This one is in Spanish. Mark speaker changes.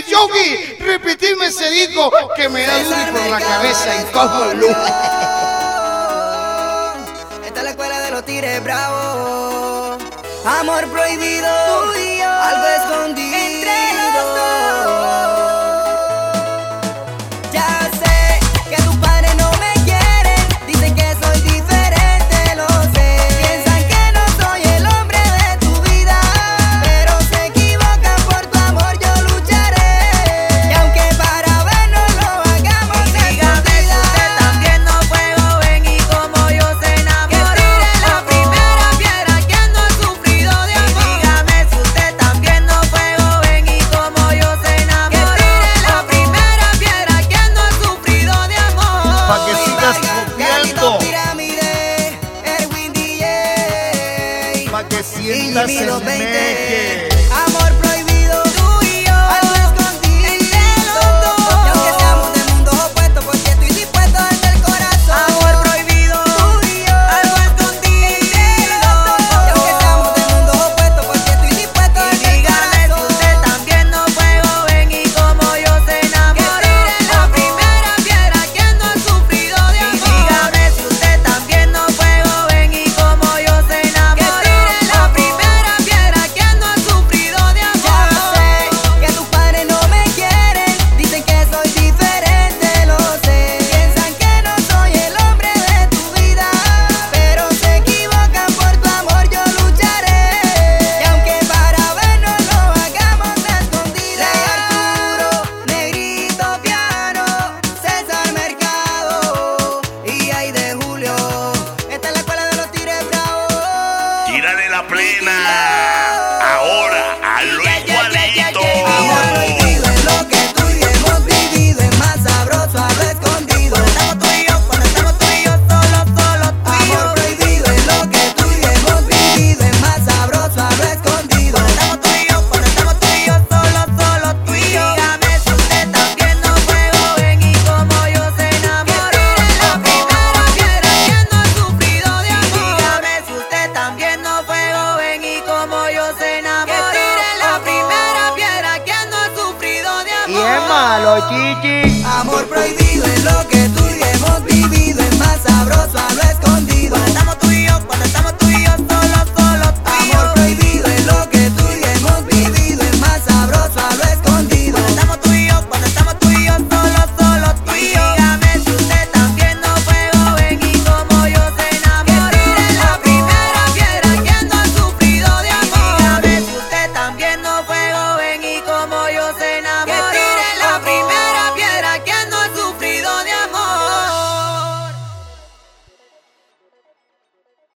Speaker 1: papi, repetime ese disco que me da un por la cabeza y como luz.
Speaker 2: Esta es la escuela de los tigres bravos. Amor prohibido, algo escondido. Entre los dos. Ya sé que tus padres no me quieren, dicen que soy diferente, lo sé. Piensan que no soy el hombre de tu vida, pero se equivocan por tu amor, yo lucharé. Y aunque para vernos lo hagamos, digan que usted también no fue joven y como yo se enamoró. la primera piedra que ando sufrido de amor. Dígame si usted también no fue joven y como yo se enamoró. la primera piedra que ando sufrido de amor.
Speaker 1: Pa' que sigas copiando.
Speaker 2: Pirámide, Erwin DJ.
Speaker 1: Pa'
Speaker 2: Y
Speaker 1: que sientas
Speaker 2: Jimmy
Speaker 1: el
Speaker 2: los 20
Speaker 1: meque.
Speaker 2: Amor prohibido Tú y yo Algo escondido Entre los dos Y aunque seamos de mundos opuestos Porque estoy pues dispuesto desde el corazón Amor prohibido Tú y yo Algo escondido Entre los dos Y aunque seamos de mundos opuestos Porque estoy pues dispuesto desde el corazón Dígame si usted también no fue joven Y como yo se enamoró La primera piedra que ando sufrido de amor Dígame si usted también no fue joven Y como yo se enamoró La primera piedra que ando sufrido de amor Ya sé que tus padres no me quieren Dicen que soy diferente, lo sé Piensan que no soy el hombre de tu vida Pero se equivocan por tu amor, yo lucharé Y aunque para vernos lo hagamos a escondidas Arturo, Negrito Piano, César Mercado Y ahí de Julio Esta es la escuela de los tigres bravos
Speaker 3: Tírale la plena. Ahora, a lo igualito.
Speaker 2: Amor prohibido es lo que tú y yo hemos vivido, es más sabroso a lo escondido. Cuando estamos tú y yo, cuando estamos tú y yo, solo, solo tú y yo. Amor prohibido es lo que tú y yo hemos vivido, es más sabroso a lo escondido. Cuando estamos tú y yo, cuando estamos tú y yo, solo, solo tú y yo. Dígame si usted también no fue joven y como yo se enamoró. La primera piedra que ando sufrido de amor. Dígame si usted también no fue joven y como yo se enamoró. La primera piedra que ando sufrido de amor.
Speaker 4: Y es malo, chichi.
Speaker 2: Amor prohibido es lo que tú